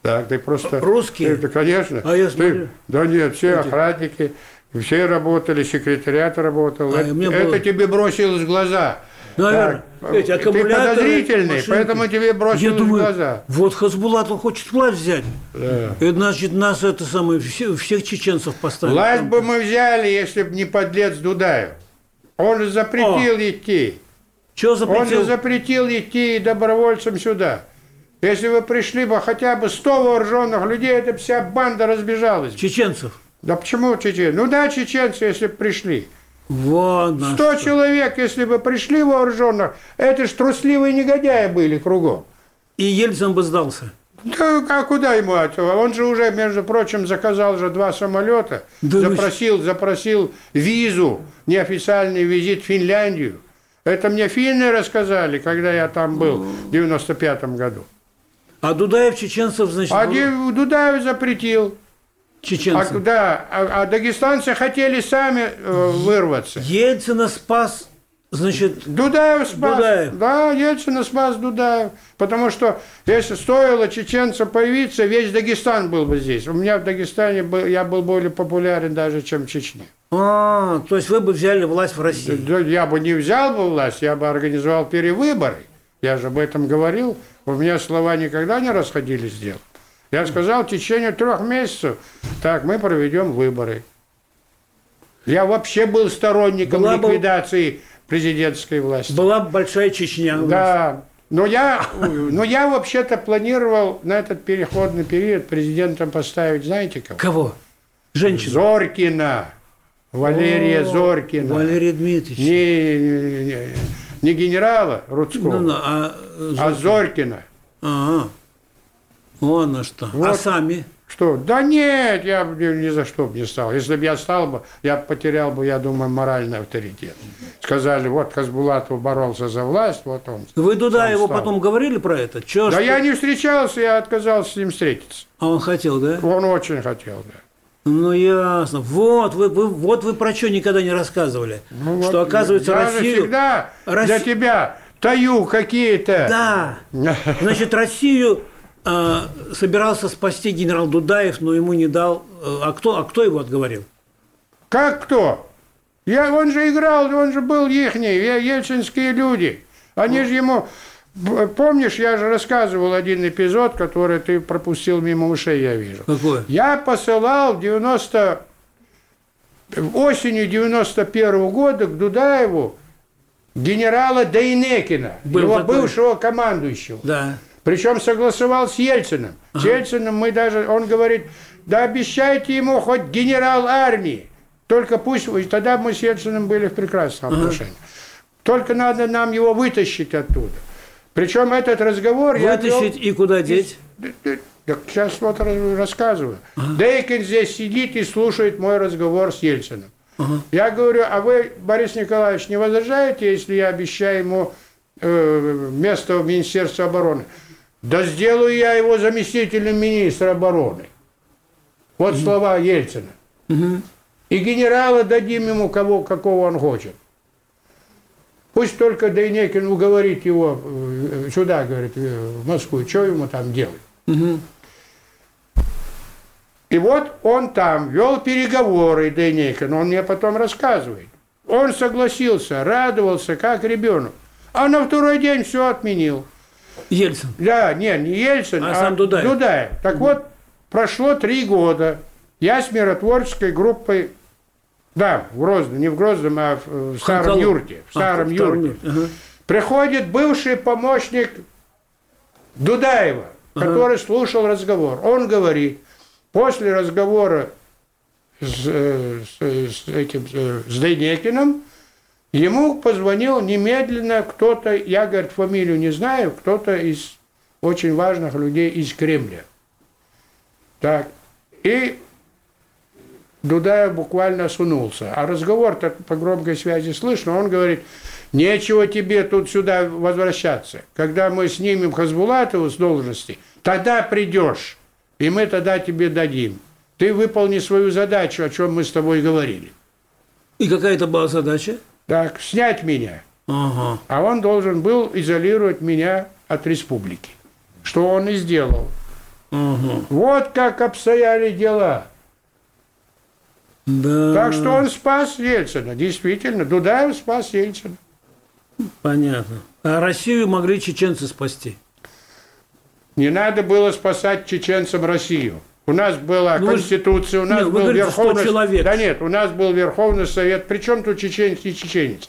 Так, ты просто...
Русские?
Это, конечно.
А я
Ты-
смотрю-
Да нет, все охранники, все работали, секретариат работал.
А, и
это
мне
это
было-
тебе бросилось в глаза.
Наверное,
Так, э,
эти
ты
аккумуляторы,
подозрительный,
машинки.
поэтому тебе бросилось
Я
в
думаю,
глаза.
Вот Хасбулатов хочет власть взять.
Да.
И, значит, нас это самое, все- всех чеченцев поставили.
Власть бы мы взяли, если бы не подлец Дудаев. Он же запретил идти.
Чего
Он
запретил?
же запретил идти добровольцам сюда. Если вы пришли бы хотя бы 100 вооруженных людей, эта вся банда разбежалась. бы.
Чеченцев.
Да почему чеченцы? Ну да, чеченцы, если бы пришли.
Вон. на
100
что.
человек, если бы пришли вооруженных, это ж трусливые негодяи были кругом.
И Ельцин бы сдался.
Да а куда ему от этого? Он же уже, между прочим, заказал же два самолета,
Да ну
запросил, запросил визу, неофициальный визит в Финляндию. Это мне финны рассказали, когда я там был в 95 году.
А Дудаев чеченцев, значит,
А
был-
Ди- Дудаев запретил. А,
чеченцев.
да, а, а дагестанцы хотели сами э, вырваться.
Ельцина спас, значит,
Дудаев спас.
Дудаев.
Да, Ельцина спас Дудаев. Потому что если стоило чеченцам появиться, весь Дагестан был бы здесь. У меня в Дагестане был, я был более популярен даже, чем в Чечне.
А, то есть вы бы взяли власть в России.
Да Я бы не взял бы власть, я бы организовал перевыборы. Я же об этом говорил. У меня слова никогда не расходились с делом. Я сказал, в течение трех месяцев, так, мы проведем выборы. Я вообще был сторонником
Была бы-
ликвидации президентской власти.
Была бы большая Чечня. у нас.
Да. Но я, но я вообще-то планировал на этот переходный период президентом поставить, знаете кого?
Кого? Женщину.
Зоркина. Валерия Зоркина.
Валерий Дмитриевич.
Не, не, не- не генерала Рудского,
Ну, ну, а, э,
а Зоркина.
ага. Вон на что. А
Вот.
сами?
Что? Да нет, я бы ни ни за что бы не стал. Если бы я стал бы, я потерял бы, я думаю, моральный авторитет. Сказали, вот Хасбулатов боролся за власть, вот он.
Вы туда
Сам
его
стал.
потом говорили про это? Чё,
Да
что-
я не встречался, я отказался с ним встретиться.
А он хотел, да?
Он очень хотел, да.
Ну ясно. Вот вы, вы- вот вы про что никогда не рассказывали.
Ну
что
вот,
оказывается
я же
Россию.
всегда для
Росси-
тебя таю какие-то.
Да.
(laughs)
Значит, Россию э, собирался спасти генерал Дудаев, но ему не дал. э, а кто, а кто его отговорил?
Как кто? Я, он же играл, он же был ихний, е- ельцинские люди. Они же ему... Б- Помнишь, я же рассказывал один эпизод, который ты пропустил мимо ушей, я вижу.
Какое?
Я посылал в 90... осенью 91 года к Дудаеву генерала Дейнекина,
Был
его
такой.
бывшего командующего.
Да.
Причем согласовал с Ельциным. С Ельциным мы даже, он говорит, да обещайте ему хоть генерал армии. Только пусть, и тогда мы с Ельциным были в прекрасном отношении. Только надо нам его вытащить оттуда. Причем этот разговор я вел-
Вытащить и куда деть?
Д- д- Так сейчас вот раз- рассказываю. Дейкин здесь сидит и слушает мой разговор с Ельциным. Я говорю, а вы, Борис Николаевич, не возражаете, если я обещаю ему э, место в Министерстве обороны? Да сделаю я его заместителем министра обороны. Вот слова Ельцина. И генерала дадим ему, кого, какого он хочет. Пусть только Дейнекин уговорит его э, сюда, говорит, э, в Москву, что ему там делать. И вот он там вел переговоры, Дейнекин, он мне потом рассказывает. Он согласился, радовался, как ребенок. А на второй день все отменил.
Ельцин.
Да, не, не Ельцин,
А
а,
сам Дудаев.
Так вот, прошло три года. Я с миротворческой группой, да, в Грозном, не в Грозном, а в, в Старом
Ханкалу.
Юрте. В
А,
Старом Юрте.
Ага.
Приходит бывший помощник Дудаева, который слушал разговор. Он говорит, после разговора с, э, с, э, с этим, э, с Дейнекиным, ему позвонил немедленно кто-то, я, говорит, фамилию не знаю, кто-то из очень важных людей из Кремля. Так. И Дудаев буквально сунулся. А разговор так по громкой связи слышно. Он говорит, нечего тебе тут сюда возвращаться. Когда мы снимем Хазбулатова с должности, тогда придешь, и мы тогда тебе дадим. Ты выполни свою задачу, о чем мы с тобой говорили.
И какая это была задача?
Так, снять меня.
Ага.
А он должен был изолировать меня от республики. Что он и сделал.
Ага.
Вот как обстояли дела.
Да.
Так что он спас Ельцина, действительно. Дудаев спас Ельцина.
Понятно. А Россию могли чеченцы спасти.
Не надо было спасать чеченцам Россию. У нас была
Ну, вы же-
Конституция, у нас
Нет, вы
был
говорите, что
Верховный
человек.
Да нет, у нас был Верховный Совет. Причем тут чеченец и чеченец?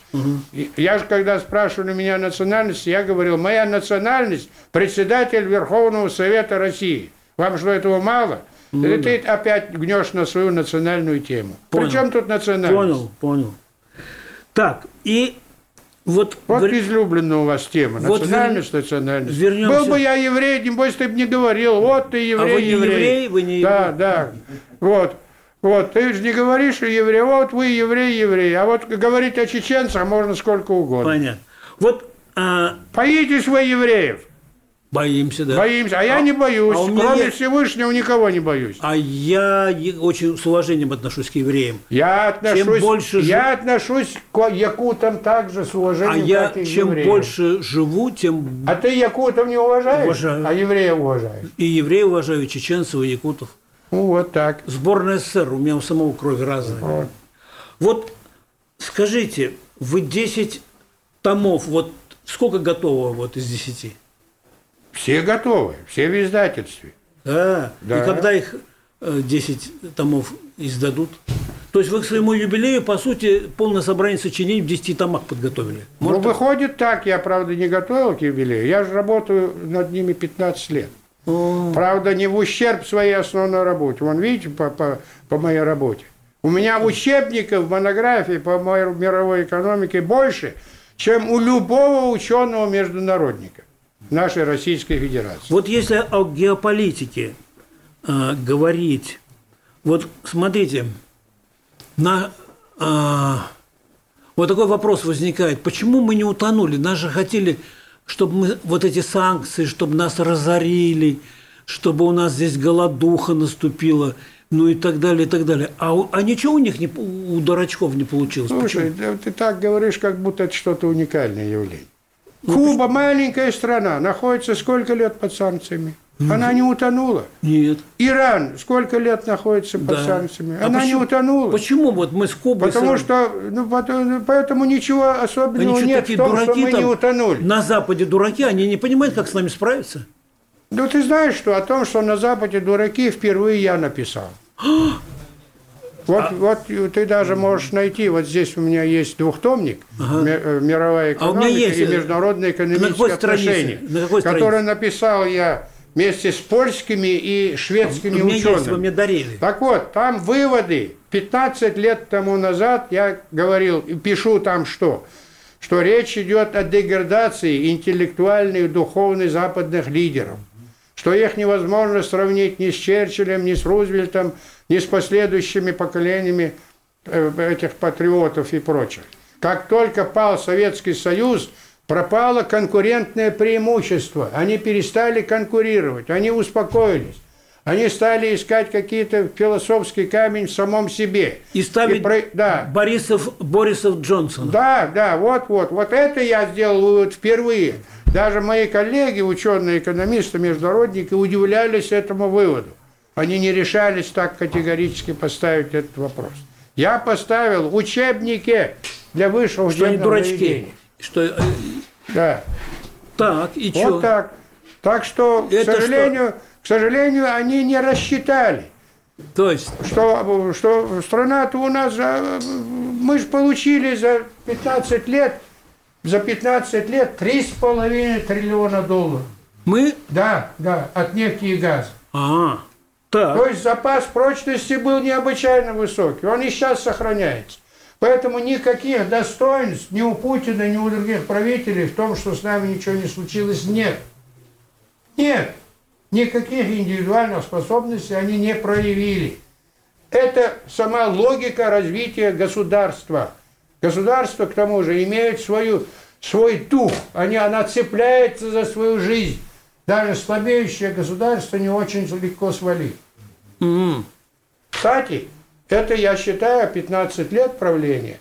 И- Я же, когда спрашивали меня национальность, я говорил, моя национальность – председатель Верховного Совета России. Вам что, этого мало? Или ты опять гнешь на свою национальную тему.
Ну Понял.
Причем тут национальность?
Понял, понял. Так, и вот...
Вот
говори-
излюбленная у вас тема.
Вот
национальность, национальность.
вернемся-
Был бы я еврей, небось ты бы не говорил, вот ты еврей,
А вы не еврей, вы не
Да,
еврей.
да. Вот. Вот, ты же не говоришь о евреи, вот вы еврей, еврей. А вот говорить о чеченцах можно сколько угодно.
Понятно. Вот а,
Боитесь вы евреев?
боимся, да.
Боимся. А, я не боюсь.
а у меня
Кроме
есть-
Всевышнего никого не боюсь.
А я е- очень с уважением отношусь к евреям.
Я отношусь,
больше же-
я отношусь к якутам так же с уважением,
А я
как и к
чем
евреям.
больше живу, тем
А ты якутов не уважаешь?
Уважаю.
А евреев уважаешь?
и евреев уважаю, и чеченцев, и якутов.
Ну, вот так.
Сборная СССР, у меня у самого крови разная.
Вот.
Вот скажите, вы 10 томов, вот сколько готово вот из 10?
Все готовы, все в издательстве.
Да.
Да.
И когда их э, 10 томов издадут? То есть вы к своему юбилею, по сути, полное собрание сочинений в 10 томах подготовили. Может,
ну, выходит так, я, правда, не готовил к юбилею. Я же работаю над ними 15 лет. Правда, не в ущерб своей основной работе. Вон, видите, по, по, по моей работе. У меня учебников, монографий по моей мировой экономике больше, чем у любого ученого-международника нашей Российской Федерации.
Вот если о геополитике э, говорить, вот смотрите, на, а, вот такой вопрос возникает, почему мы не утонули? Нас же хотели, чтобы мы вот эти санкции, чтобы нас разорили, чтобы у нас здесь голодуха наступила, ну и так далее, и так далее. А, у- а ничего у них, не, п- у дурачков не получилось?
Слушай,
Почему?
да ты так говоришь, как будто это что-то уникальное явление.
Ну,
Куба маленькая страна, находится сколько лет под санкциями?
Ну,
Она не утонула.
Нет.
Иран сколько лет находится под
да.
санкциями?
А
Она не
почему-
утонула.
Почему вот мы с Кубой...
Потому
сразу-
что, ну, потом- поэтому ничего
Они
особенного
что,
Ну, нет в
такие
том,
дураки
что мы
там?
не утонули.
На Западе дураки, они не понимают, как с нами справиться.
Ну, ты знаешь, что о том, что на Западе дураки, впервые
(gasps)
я написал. Вот,
А?
вот ты даже можешь найти, вот здесь у меня есть двухтомник «Ми- э, «Мировая
А у меня
экономика
есть,
и
э, на
международные
какой
экономические
странице?
отношения»,
На какой
который
странице?
написал я вместе с польскими и
А, У
шведскими
меня есть, вы
учеными.
мне дарили.
Так вот, там выводы. 15 лет тому назад я говорил и пишу там что? Что речь идет о деградации интеллектуальных и духовных западных лидеров. Что их невозможно сравнить ни с Черчиллем, ни с Рузвельтом, ни с последующими поколениями э, этих патриотов и прочих. Как только пал Советский Союз, пропало конкурентное преимущество. Они перестали конкурировать, они успокоились. Они стали искать какие-то философский камень в самом себе.
И ставить
про- да.
Борисов, Борисов Джонсона.
Да, да, вот, вот. Вот это я сделал вывод впервые. Даже мои коллеги, ученые, экономисты, международники, удивлялись этому выводу. Они не решались так категорически поставить этот вопрос. Я поставил в учебнике для высшего
что они
учебного
дурачки.
заведения.
Что, э,
Да.
так, и
Вот
чё?
так. Так что,
Это
к сожалению, к сожалению, они не рассчитали.
То есть,
что, что страна-то у нас, за- мы же получили за 15 лет, за 15 лет 3,5 триллиона долларов.
мы...
Да, да, от нефти и газа.
А, так.
То есть запас прочности был необычайно высокий. Он и сейчас сохраняется. Поэтому никаких достоинств ни у Путина, ни у других правителей в том, что с нами ничего не случилось, нет. Нет. Никаких индивидуальных способностей они не проявили. Это сама логика развития государства. Государство, к тому же, имеет свою, свой дух. Они, она цепляется за свою жизнь. Даже слабеющее государство не очень легко свалить.
М.
Кстати, это, я считаю, 15 лет правления,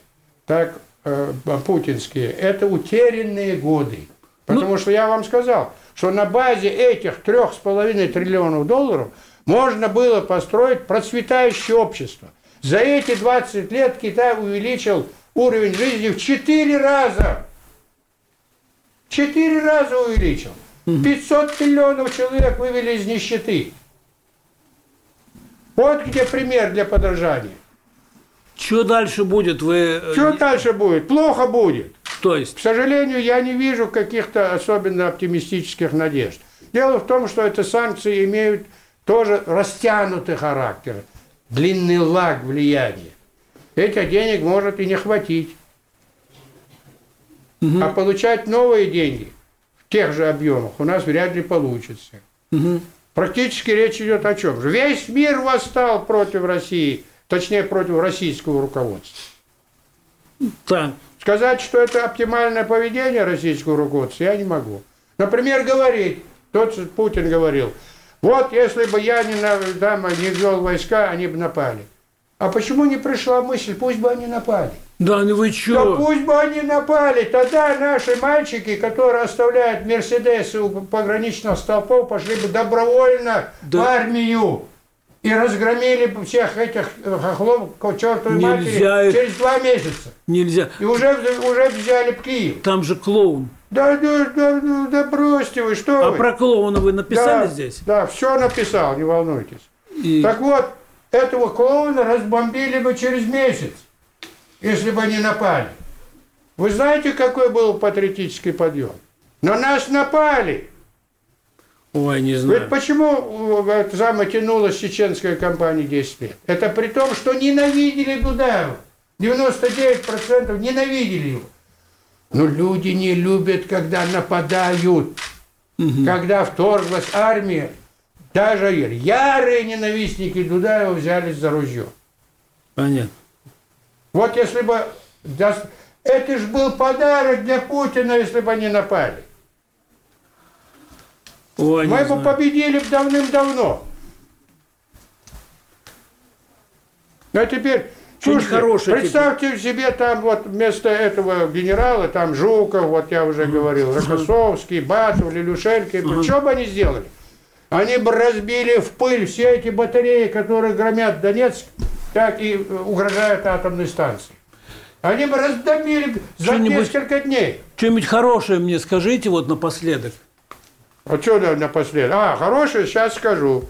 так э, путинские, это утерянные годы. Потому что я вам сказал, что на базе этих трех с половиной триллионов долларов можно было построить процветающее общество. За эти 20 лет Китай увеличил уровень жизни в 4 раза. Четыре раза увеличил. 500 миллионов человек вывели из нищеты. Вот где пример для подражания.
Чё дальше будет? Вы... э,
Что дальше будет? Плохо будет.
То есть,
К сожалению, я не вижу каких-то особенно оптимистических надежд. Дело в том, что эти санкции имеют тоже растянутый характер, длинный лаг влияния. Этих денег может и не хватить. А получать новые деньги в тех же объемах у нас вряд ли получится. Практически речь идет о чем? же? Весь мир восстал против России, точнее против российского руководства.
так.
Сказать, что это оптимальное поведение российского руководства, я не могу. Например, говорить, тот же Путин говорил, вот если бы я не, на- там, не ввел войска, они бы напали. А почему не пришла мысль, пусть бы они напали?
Да, ну вы
Да
чё?
пусть бы они напали, тогда наши мальчики, которые оставляют Мерседесы у пограничных столпов, пошли бы добровольно
Да.
в армию и разгромили бы всех этих э, хохлов к чертовой
Нельзя
матери
их-
через два месяца.
Нельзя.
И уже, вз- уже взяли б Киев.
Там же клоун.
Да, да, да, да, да бросьте вы, что
А
вы?
про клоуна вы написали
да,
здесь?
Да, все написал, не волнуйтесь.
И-
Так вот, этого клоуна разбомбили бы через месяц, если бы они напали. Вы знаете, какой был патриотический подъем? На нас напали.
Ой, не
Ведь
знаю.
почему э, это самое тянулась чеченская компания 10 лет? Это при том, что ненавидели Дудаева. 99% ненавидели его. Но люди не любят, когда нападают. Когда вторглась армия, даже ярые ненавистники Дудаева взялись за ружье.
Понятно.
Вот если бы... дос- Это же был подарок для Путина, если бы они напали.
Ой,
Мы
не
бы
знаю.
победили б давным-давно. А теперь,
Что-нибудь
слушайте,
хорошее
представьте себе там вот вместо этого генерала, там Жуков, вот я уже говорил, Рокоссовский, Батов, Лилюшенко. Что бы они сделали? Они бы разбили в пыль все эти батареи, которые громят Донецк, так и э, угрожают атомной станции. Они бы раздобили б за
Что-нибудь-
несколько дней.
Что-нибудь хорошее мне скажите вот напоследок.
А что на- напоследок? А, хорошее, сейчас скажу.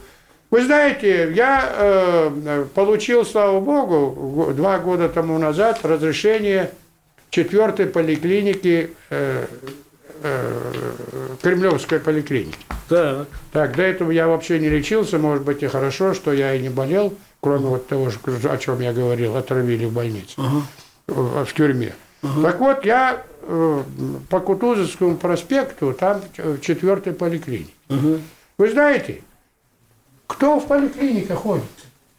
Вы знаете, я э, э, получил, слава богу, го- два года тому назад разрешение четвертой поликлиники, э, э, Кремлевской поликлиники.
Так.
Так, до этого я вообще не лечился, может быть, и хорошо, что я и не болел, кроме вот того, же, о чем я говорил, отравили в больнице, в, в тюрьме. Так вот, я э, по Кутузовскому проспекту, там в четвертой поликлинике. Вы знаете, кто в поликлиниках ходит?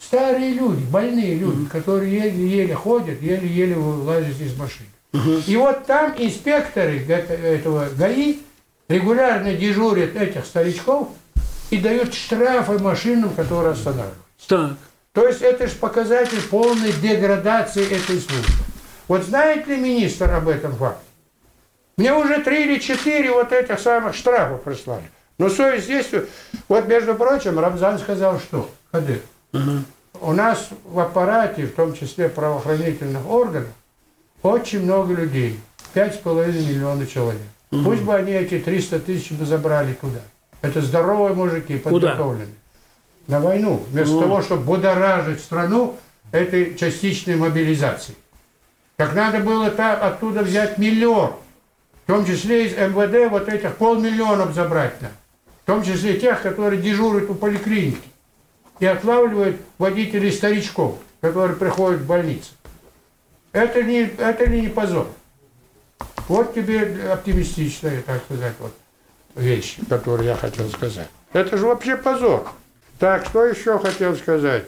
Старые люди, больные люди, которые еле-еле ходят, еле-еле вылазят из машины. И вот там инспекторы га- этого ГАИ регулярно дежурят этих старичков, и дают штрафы машинам, которые останавливают.
Так.
То есть это же показатель полной деградации этой службы. Вот знает ли министр об этом факте? Мне уже три или четыре вот этих самых штрафов прислали. Но совесть действует. Вот, между прочим, Рамзан сказал, что, Кадыр, у нас в аппарате, в том числе правоохранительных органов, очень много людей. Пять с половиной миллиона человек. Пусть бы они эти 300 тысяч бы забрали туда. Это здоровые мужики,
Куда?
подготовленные. На войну. Вместо того, чтобы будоражить страну этой частичной мобилизацией. Так надо было та- оттуда взять миллион. В том числе из МВД вот этих полмиллионов забрать надо. В том числе тех, которые дежурят у поликлиники и отлавливают водителей старичков, которые приходят в больницу. Это не, это ли не позор? Вот тебе оптимистичная, так сказать, вот вещь, которую я хотел сказать. Это же вообще позор. Так, что еще хотел сказать?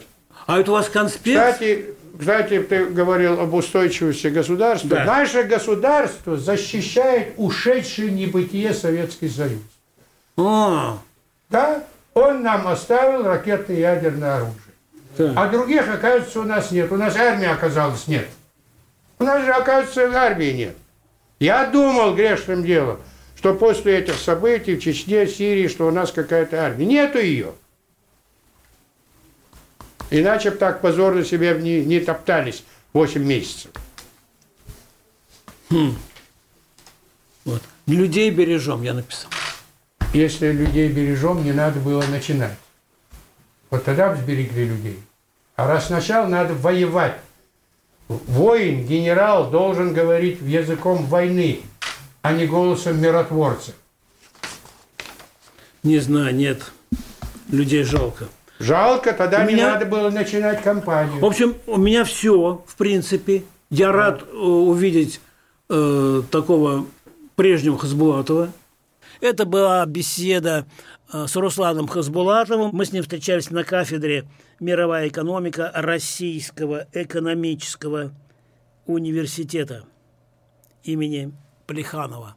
А это у вас конспект?
Кстати, кстати, ты говорил об устойчивости государства.
Да.
Наше государство защищает ушедший в небытие Советский Союз.
О,
Да, он нам оставил ракетное ядерное оружие.
Так.
А других, оказывается, у нас нет. У нас армии оказалось нет. У нас же, оказывается, армии нет. Я думал грешным делом, что после этих событий в Чечне, Сирии, что у нас какая-то армия. Нету ее. Иначе бы так позорно себе б не, не топтались 8 месяцев.
вот. Людей бережем, я написал.
Если людей бережем, не надо было начинать. Вот тогда бы сберегли людей. А раз сначала надо воевать. Воин, генерал должен говорить языком войны, а не голосом миротворца.
Не знаю, нет. Людей жалко.
Жалко, тогда
У
не
меня-
надо было начинать
В
кампанию.
общем, у меня все, в принципе. Я рад э, увидеть э, такого прежнего Хасбулатова. Это была беседа э, с Русланом Хасбулатовым. Мы с ним встречались на кафедре «Мировая экономика» Российского экономического университета имени Плеханова.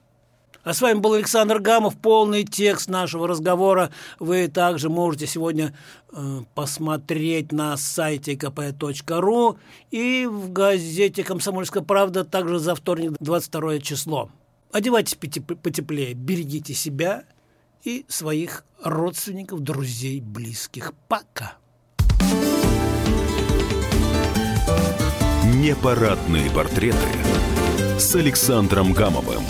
А с вами был Александр Гамов. Полный текст нашего разговора вы также можете сегодня э, посмотреть на сайте kp.ru и в газете «Комсомольская правда» также за вторник, 22 число. Одевайтесь потеп- потеплее, берегите себя и своих родственников, друзей, близких. Пока!
Непарадные портреты с Александром Гамовым.